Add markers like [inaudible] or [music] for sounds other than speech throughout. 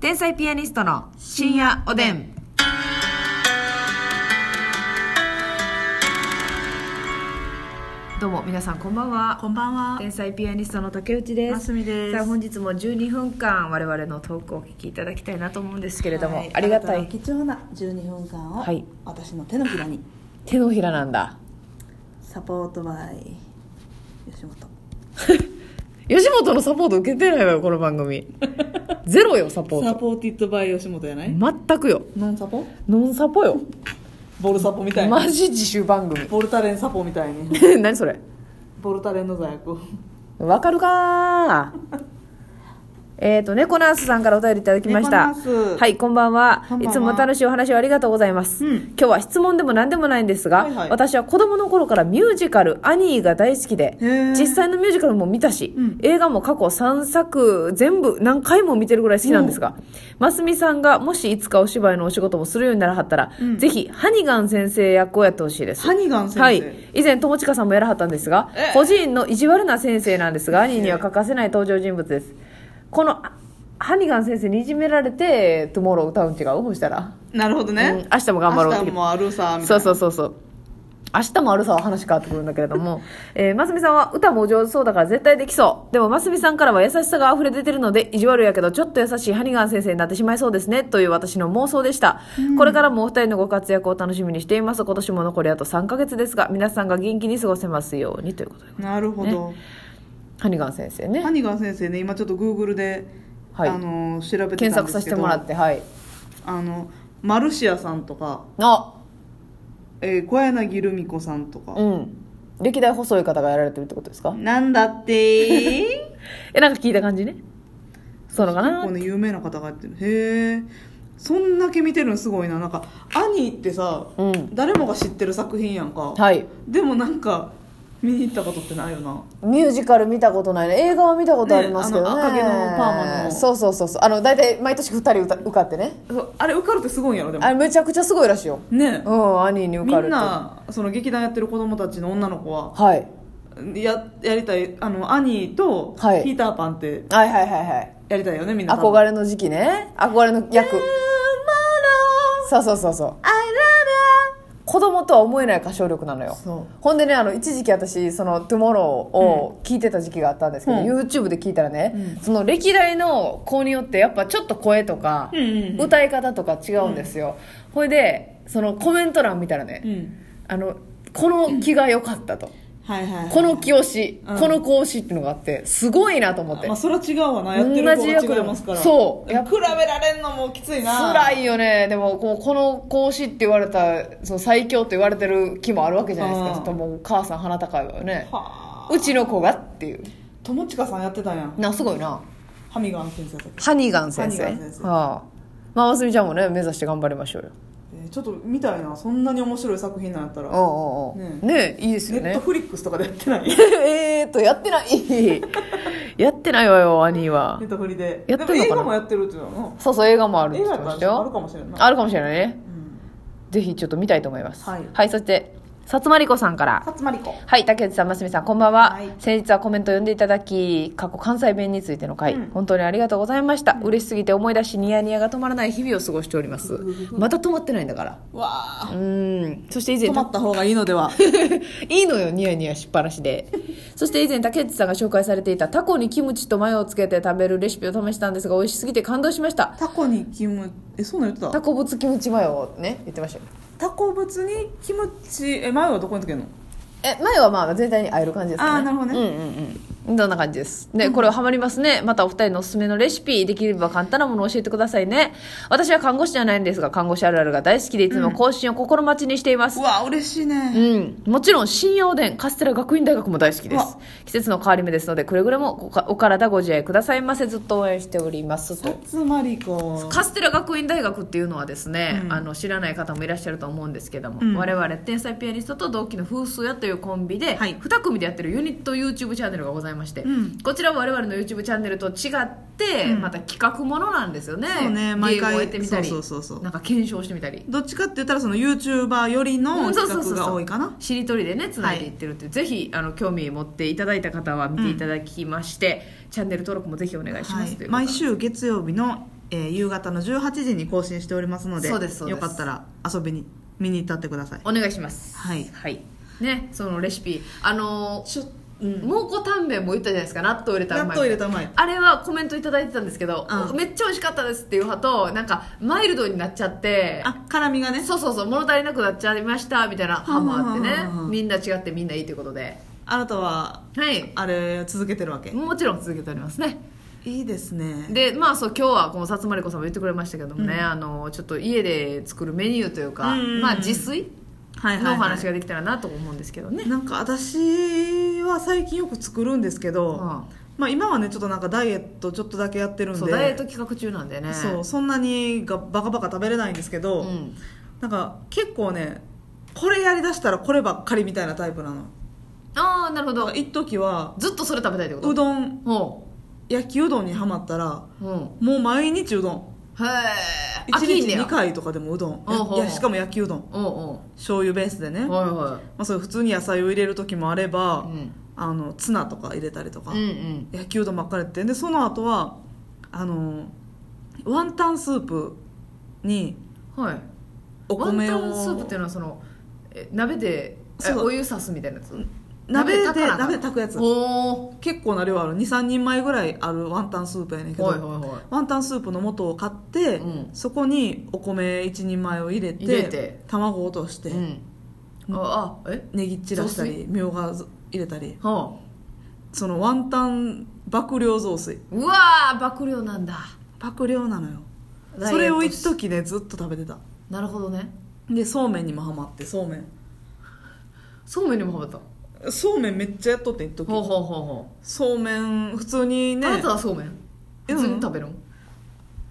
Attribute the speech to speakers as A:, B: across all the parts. A: 天才ピアニストの深夜おでん。どうも皆さんこんばんは。
B: こんばんは。
A: 天才ピアニストの竹内で。
B: ますすみです。
A: さあ本日も12分間我々のトークをお聞きいただきたいなと思うんですけれども、
B: はい
A: ありがた
B: あないの貴重な12分間を、
A: はい
B: 私の手のひらに
A: 手のひらなんだ
B: サポートバイ吉本。
A: 吉本のサポート受けてないわよこの番組ゼロよサポー
B: サ
A: ト
B: ポーティッドバイ吉本じゃない？
A: 全くよ
B: ノンサポ？
A: ノンサポよ
B: ボルサポみたいな。
A: マジ自習番組
B: ボルタレンサポみたい
A: [laughs]
B: に。
A: 何それ
B: ボルタレンの座役を。
A: わかるか [laughs] ーえっと猫ナースさんからお便りいただきました
B: 猫ナース
A: はいこんばんは
B: こんばんはい
A: つも楽しいお話をありがとうございます、
B: うん
A: 今日は質問でも何でもないんですが、
B: はいはい
A: 私は子供の頃からミュージカル「アニー」が大好きで
B: へー
A: 実際のミュージカルも見たし、
B: うん
A: 映画も過去3作全部何回も見てるぐらい好きなんですがますみさんがもしいつかお芝居のお仕事もするようにならはったら、
B: うん
A: ぜひハニガン先生役をやってほしいです
B: ハニガン先生。
A: はい、以前友近さんもやらはったんですが
B: え
A: 個人の意地悪な先生なんですが兄には欠かせない登場人物ですこのあハニガン先生にいじめられて「トゥモロー歌うん違う?」そしたら、
B: なるほど
A: うん
B: ね。
A: 明日も頑張ろう
B: 明日もあるさみた
A: そ
B: いうな。
A: そうそうそう明日もあるさは話変わってくるんだけれども、 [laughs] えー、ますみさんは歌もお上手そうだから絶対できそう。でもますみさんからは優しさが溢れ出てるので、意地悪やけどちょっと優しいハニガン先生になってしまいそうですね、という私の妄想でした。これからもお二人のご活躍を楽しみにしています。今年も残りあと3ヶ月ですが、皆さんが元気に過ごせますようにということで。
B: なるほど。
A: ハニガン先生
B: ハ
A: ね。
B: ニガン先生ね今ちょっとグーグルで、
A: はい
B: あの調べて
A: 検
B: たん
A: 索
B: ですけ
A: させて
B: ど。
A: もらって、はい。
B: あのマルシアさんとか、
A: あ
B: えー、小柳ルミ子さんとか。
A: うん。歴代細い方がやられてるってことですか
B: なんだってー
A: え、なんか聞いた感じね。 [laughs] そうなのか
B: 結構
A: な
B: ね有名な方がやってるへえそんだけ見てるのすごいななんか「アニー」ってさ、
A: うん
B: 誰もが知ってる作品やんか、
A: はい。
B: でもなんか見に行ったことってないよな
A: ミュージカル見たことないね映画は見たことありますけどね
B: ねあの赤毛のパーマの
A: そうそうそうそうあの大体毎年2人歌受かってね
B: そうあれ受かるってすごいんやろでも
A: あれめちゃくちゃすごいらしいよ
B: ね
A: うん兄に受
B: み
A: かる
B: ん
A: と
B: なその劇団やってる子供たちの女の子は
A: はい、
B: ややりたいあのアニーとピ
A: はい
B: ーターパンって
A: はいはいはいはい
B: やりたいよねみんな
A: 憧
B: れ
A: れの時期ね憧れの役そうそうそうそう子供とは思えない歌唱力なのよ
B: そう
A: ほんでねあの一時期私その「TOMORROW」を聞いてた時期があったんですけど、
B: うん
A: YouTube で聞いたらね、
B: うん
A: その歴代の子によってやっぱちょっと声とか、
B: うんうんうん
A: 歌い方とか違うんですよ、ほいでそのコメント欄見たらね、
B: うん
A: あのこの気が良かったと、
B: はいはい、はい、
A: この気推し、
B: うん
A: この子推しっていうのがあってすごいなと思って、
B: まあそれは違うわなやってる子
A: 同じ役
B: は違いますから
A: そう
B: 比べられんのもきついな
A: 辛いよねでもこうこの子推しって言われたその最強って言われてる気もあるわけじゃないですか
B: うん
A: ちょっともう母さん鼻高いわよね
B: はあ
A: うちの子がっていう
B: 友近さんやってたんやん
A: なすごいな
B: ハミガン先生だっけ、
A: ハニガン先生
B: ハニガン先生
A: はあまあますみちゃんもね目指して頑張りましょうよ
B: えーちょっと見たいなそんなに面白い作品なんやったら
A: おうおうおうねいいです
B: ネ
A: よ
B: ッ
A: ね
B: トフリックスとかでやってない
A: [laughs] えーっとやってない [laughs] やってないわよ兄は
B: ネットフリで
A: やってんのかな
B: でも映画もやってるっていうの
A: そうそう映画もあるって
B: 映
A: 言
B: 画
A: っ
B: や
A: て
B: った
A: ました
B: らある
A: よ
B: かもしれんない
A: あるかもしれないね
B: うん
A: ぜひちょっと見たいと思います
B: はい
A: そしてさつまりこさんから
B: 勝間理子
A: はい、竹内さん、ますみさん、こんばんは、
B: はい
A: 先日はコメントを読んでいただき、過去関西弁についての回、
B: うん
A: 本当にありがとうございました。嬉しすぎて思い出し、ニヤニヤが止まらない日々を過ごしております。また止まってないんだから。
B: わあ
A: うん。そして以前
B: 止、まった方がいいのでは
A: [laughs] いいのよ、ニヤニヤしっぱなしで。 [laughs] そして以前、竹内さんが紹介されていたタコにキムチとマヨをつけて食べるレシピを試したんですが、美味しすぎて感動しました。
B: [laughs] タコにキムえそんなん言って
A: タ
B: た
A: コぶつキムチマヨをね、言ってましたよ。
B: タコ物にキムチえ前はどこにつけるの
A: え前はまあ全体にあえる感じですかね
B: あーなるほどね
A: うんうんうんどんな感じですでこれはハマりますねまたお二人のおすすめのレシピできれば簡単なものを教えてくださいね私は看護師じゃないんですが看護師あるあるが大好きでいつも更新を心待ちにしています
B: う、わあ嬉しいね
A: うん、もちろん深夜おでんカステラ学院大学も大好きで
B: う
A: す
B: わ
A: 季節の変わり目ですのでくれぐれもごかお体ご自愛くださいませずっと応援しておりますと
B: 勝間理子
A: カステラ学院大学っていうのはですね、
B: うん
A: あの知らない方もいらっしゃると思うんですけども、
B: うん
A: 我々天才ピアニストと同期の風数屋というコンビで、
B: はい
A: 2組でやってるユニット YouTube チャンネルがございまして、
B: うん
A: こちらは我々の YouTube チャンネルと違って、
B: うん
A: また企画ものなんですよね
B: そうね
A: 毎
B: 毎
A: 回
B: 回
A: をやってみたり
B: そうそうそうそう
A: なんか検証してみたり。
B: どっちかって言ったらその YouTuber より
A: う
B: の
A: んそう
B: 企
A: そうそうそう
B: 画が多いかな、
A: しりとりでねつないでいってるっていう、ぜひあの興味持っていただいた方は見ていただきまして、チャンネル登録もぜひお願いします、
B: はい
A: ということなん
B: 毎
A: です
B: 週月曜日のえー夕方の18時に更新しておりますので
A: そうですそうです
B: よかったら遊びに見に行ったってください
A: お願いします
B: はい
A: はいねそのレシピあのー
B: ちょうん
A: 蒙古タンメンも言ったじゃないですか納豆入れたらうまい
B: 納豆入れたらうまい
A: あれはコメントいただいてたんですけど、
B: うん
A: めっちゃ美味しかったですっていう派となんかマイルドになっちゃって
B: あ辛みがね
A: そうそうそう物足りなくなっちゃいましたみたいな派もあってね
B: はあはあはあはあ
A: みんな違ってみんないいということで
B: あなたは
A: はい
B: あれ続けてるわけ
A: もちろん続けておりますね
B: いいですね
A: でまあそう今日はこのさつまりこさんも言ってくれましたけどもね、
B: うん
A: あのちょっと家で作るメニューというか、
B: うんうんうん
A: まあ自炊
B: はい
A: のお話ができたらなと思うんですけどね、
B: なんか私は最近よく作るんですけど、
A: うん
B: まあ、今はねちょっとなんかダイエットちょっとだけやってるんで
A: そうダイエット企画中なんでね
B: そうそんなにがバカバカ食べれないんですけど、
A: うん
B: なんか結構ねこれやりだしたらこればっかりみたいなタイプなの
A: ああなるほど
B: 一時は
A: ずっとそれ食べたいってこと
B: うどん
A: ほ
B: 焼きうどんにはまったら
A: ううん
B: もう毎日うどん
A: へえ
B: 1
A: 飽きん
B: 日
A: ね
B: 2
A: や
B: 回とかでもうどん
A: うんうんうん
B: いやしかも焼きうどん
A: うんうん
B: 醤油ベースでね、ま
A: はいは
B: あ、そういう普通に野菜を入れる時もあれば、
A: いうん
B: あのツナとか入れたりとか、
A: うんうん
B: 焼きうどんばっかりやってでその後はあのワンタンスープに
A: はい
B: お米を
A: ワンタンスープっていうのはそのえ鍋でえ
B: そう
A: お湯さすみたいなやつ
B: 鍋で
A: 炊かなあかん
B: 鍋で炊くやつ
A: おー
B: 結構な量ある23人前ぐらいあるワンタンスープやねんけど、
A: はいはいはい
B: ワンタンスープの素を買って、
A: うん
B: そこにお米1人前を入れて
A: 入れて
B: 卵を落として、
A: うんああえ
B: ネギ散らした
A: 雑
B: りみょうが入れたり
A: はあ
B: そのワンタン爆量雑炊
A: うわー爆量なんだ
B: 爆量なのよ
A: ダイエットし
B: それを一時ねずっと食べてた
A: なるほどね
B: でそうめんにもハマってそうめん
A: そうめんにもハマった
B: そうめんめっちゃやっとって一時
A: ほうほうほうほ
B: そうめん普通に
A: う
B: ね
A: あなたはそうめん
B: え
A: 普通に食べるん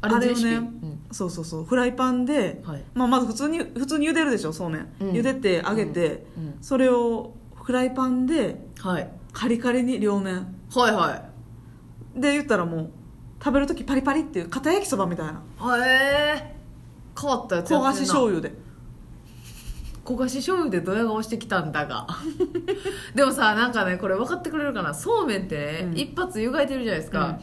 A: あれ
B: あれ
A: レ
B: を
A: シピ
B: ね
A: うん
B: そうそうそうフライパンで、
A: はい
B: まあ、まず普通に普通に茹でるでしょそうめん、
A: うん
B: 茹でて揚げて、
A: うんうん
B: それをフライパンで
A: はい
B: カリカリに両面
A: はいはい
B: で言ったらもう食べる時パリパリっていう片焼きそばみたいな
A: あえー、変わったやつやって
B: 焦
A: んな
B: がし醤油で
A: 焦がし醤油でドヤ顔してきたんだが [laughs] でもさなんかねこれ分かってくれるかなそうめんってね、
B: うん
A: 一発湯がいてるじゃないですか、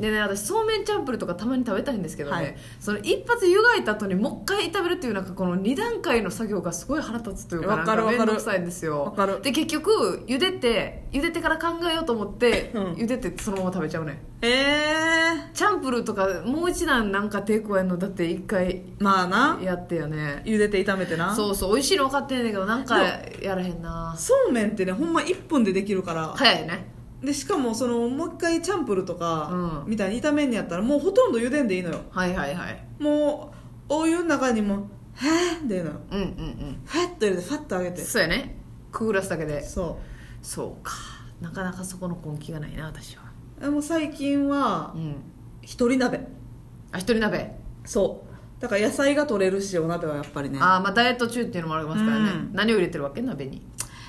A: でね私そうめんチャンプルとかたまに食べたいんですけどね、
B: はい
A: その一発湯がいた後にもう一回炒めるっていうなんかこの2段階の作業がすごい腹立つというか
B: わかる
A: なん
B: わかる
A: 面倒くさいんですよ
B: わかる
A: で結局茹でて茹でてから考えようと思って、
B: うん
A: 茹でてそのまま食べちゃうね
B: ええ
A: チャンプルとかもう一段なんか抵抗やんのだって一回
B: ー、まあな
A: やってよね
B: 茹でて炒めてな
A: そうそう美味しいの分かってんねんけどなんかやらへんな
B: そうめんってねほんま1分でできるから、
A: 早いね
B: でしかもそのもう一回チャンプルとか
A: うん
B: みたいに炒めんにやったらもうほとんど茹でんでいいのよ
A: はいはいはい
B: もうお湯の中にも「へーっていうのよ
A: うんうんうん
B: ファッと入れてファッと揚げて
A: そうやねくぐらすだけで
B: そ
A: そうかなかなかそこの根気がないな私は
B: うでも最近は
A: うん
B: 一人鍋
A: あ一人鍋
B: そうだから野菜が取れるしお鍋はやっぱりね
A: あーまあダイエット中っていうのもありますからね、
B: うん
A: 何を入れてるわけ鍋に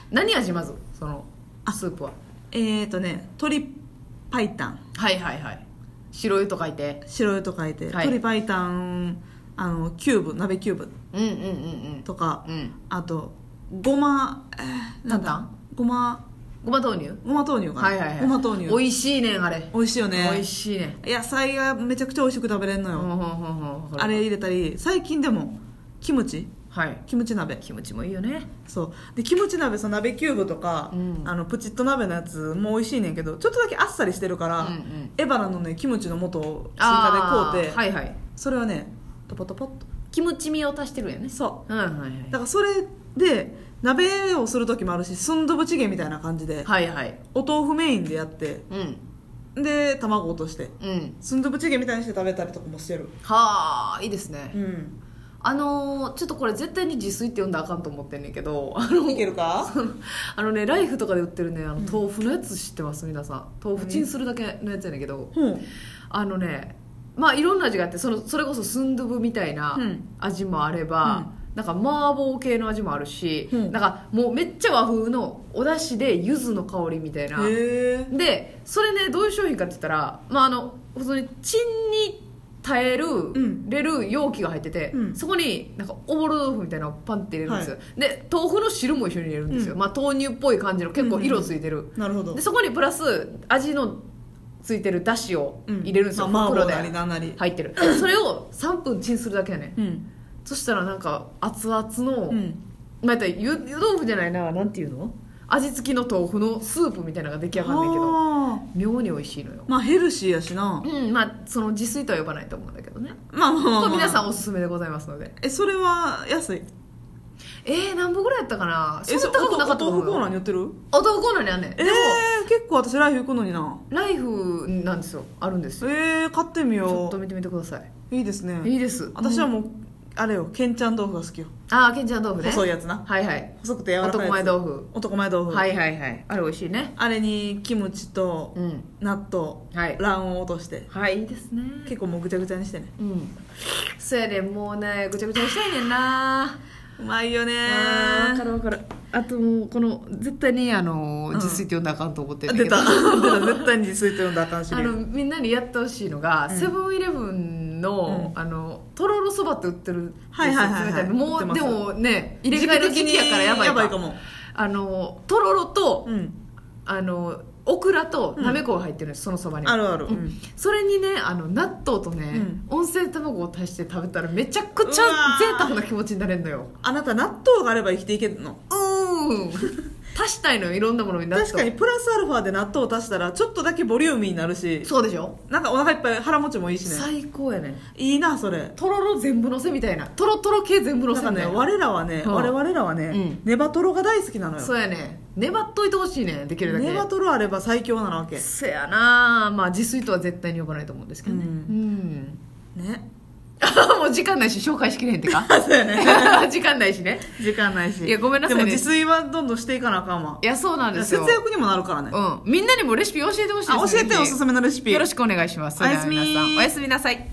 A: 何味まずその
B: あ
A: スープは
B: えーとね鶏白湯
A: はいはいはい白湯と書いて
B: 白湯と書いて、
A: はい
B: 鶏白湯あのキューブ鍋キューブ
A: うんうんうん
B: とか
A: うんうん
B: あとごまえーな
A: 簡
B: んだ
A: 単
B: ごま
A: ごま豆乳
B: ごま豆乳かな、
A: はいはいはい
B: ごま豆乳
A: 美味しいねんあれ、
B: 美味しいよね
A: 美味しいねん
B: 野菜がめちゃくちゃ美味しく食べれるの
A: う
B: よ、
A: んうんうんうん
B: あれ入れたり最近でもキムチ
A: はい
B: キムチ鍋
A: キムチもいいよね
B: そうでキムチ鍋その鍋キューブとか、
A: うん
B: あのプチッと鍋のやつも美味しいねんけどちょっとだけあっさりしてるから、
A: うんうん
B: エバラのねキムチの素を追加で買うて、
A: あーはいはい
B: それはねトポトポっと
A: キムチ味を足してるんやね
B: そ
A: うんはいは
B: う
A: い
B: だからそれで鍋をする時もあるしスンドゥブチゲみたいな感じで、
A: はいはい
B: お豆腐メインでやって
A: うん
B: で卵落として
A: うん
B: スンドゥブチゲみたいにして食べたりとかもしてる
A: はあいいですね
B: うん
A: あのーちょっとこれ絶対に自炊って呼んだらあかんと思ってんねんけどあの
B: いけるか
A: あのねライフとかで売ってるねあの豆腐のやつ知ってます皆さん豆腐チンするだけのやつやねんけど
B: うん
A: あのねまあいろんな味があってそのそれこそスンドゥブみたいな
B: うん
A: 味もあれば、なんか麻婆系の味もあるし、
B: うん
A: なんかもうめっちゃ和風のお出汁で柚子の香りみたいな
B: へえ
A: でそれねどういう商品かって言ったら、まあ、あの普通にチンに耐える、
B: ん
A: れる容器が入ってて、
B: うん
A: そこになんかおぼろ豆腐みたいなのをパンって入れるんですよ、で豆腐の汁も一緒に入れるんですよ、
B: う
A: まあ、豆乳っぽい感じの結構色ついてる、
B: なるほど
A: でそこにプラス味のついてるだしを入れるんですよ、
B: まあ、
A: 袋
B: 麻婆
A: で
B: なりなんなり、
A: 入ってるそれを3分チンするだけやね
B: うん
A: そしたらなんか熱々の、
B: うん、
A: まあ、言ったら湯湯豆腐じゃないななんていうの味付きの豆腐のスープみたいなのが出来上がるんだけど
B: あ
A: 妙に美味しいのよ
B: ーまあヘルシーやしな
A: うんまあその自炊とは呼ばないと思うんだけどね
B: まあまあまあ、
A: こ
B: まあ、
A: れ皆さんおすすめでございますので
B: えそれは安い
A: えー、何本ぐらいやったかなそ
B: え
A: んな高くなかったと
B: おお
A: 思
B: 豆腐コーナー
A: う
B: に
A: よ
B: 売ってる
A: お豆腐コーナーにあんねん
B: え
A: で
B: ー
A: も、
B: 結構私ライフ行くのにな
A: ライフなんですよあるんですよ
B: えー、買ってみ
A: ちょ
B: よ
A: っと見てみてくださいう
B: いいですね
A: いいです
B: 私は
A: うん
B: もう、あれよけんちゃん豆腐が好きよ
A: ああけんちゃん豆腐ね
B: 細いやつな
A: はいはい
B: 細くて柔らかい
A: 男
B: やつ
A: 前豆腐
B: 男前豆腐
A: はいはいはいあれ美味しいね
B: あれにキムチと
A: うん
B: 納豆
A: はい
B: 卵黄を落として
A: はいいいですね
B: 結構もうぐちゃぐちゃにしてね
A: うんそやねんもうねぐちゃぐちゃにしたいねんな
B: うまいよね
A: あーわかるわかるあともうこの絶対にあの
B: ん
A: 自炊って呼んだらあかんと思ってんだ
B: 出
A: けど
B: た出た絶対に自炊って呼んだらあかんし
A: あのみんなにやってほしいのが、セブンイレブンの,、あのとろろそばって売ってるんですよ
B: はいはいはいは
A: 冷
B: い
A: たいも
B: 売って
A: う
B: ま
A: で
B: す
A: もね入れ替えの時期やからやばい
B: やばいかも
A: あのとろろと、
B: うん
A: あのオクラとなめこが入ってるんです、そのそばに
B: あるある
A: うん
B: うん
A: それにねあの納豆とね、温泉卵を足して食べたらめちゃくちゃ
B: うわー
A: 贅沢な気持ちになれるのよ
B: あなた納豆があれば生きていけるの
A: うーん足したいのよいろんなものに納豆
B: 確かにプラスアルファで納豆を足したらちょっとだけボリューミーになるし
A: そうでしょ
B: なんかお腹いっぱい腹持ちもいいしね
A: 最高やね
B: いいなそれ
A: とろろ全部のせみたいなとろとろ系全部の
B: な
A: せ
B: ん
A: みた
B: か
A: いな
B: ね我らはね
A: うん
B: 我々らは
A: う
B: ね
A: ん
B: ネバトロが大好きなのよ
A: そうやね粘っといてほしいねできるだけ
B: ネバトロあれば最強なわけ
A: せやなまあ自炊とは絶対に呼ばないと思うんですけどねう
B: うん
A: ん、
B: ね
A: [laughs] もう時間ないし紹介しきれへんってか
B: [laughs] そうやね
A: [laughs] 時間ないしね
B: 時間ないし
A: いやごめんなさいね
B: でも自炊はどんどんしていかなあかんわ
A: いやそうなんです
B: 節
A: よ、
B: 約にもなるからね
A: うん、みんなにもレシピ教えてほしい
B: あ
A: です
B: 教えておす
A: め
B: すめのレシピ
A: よろしくお願いします
B: おやすみ
A: それでは皆さんおやすみなさい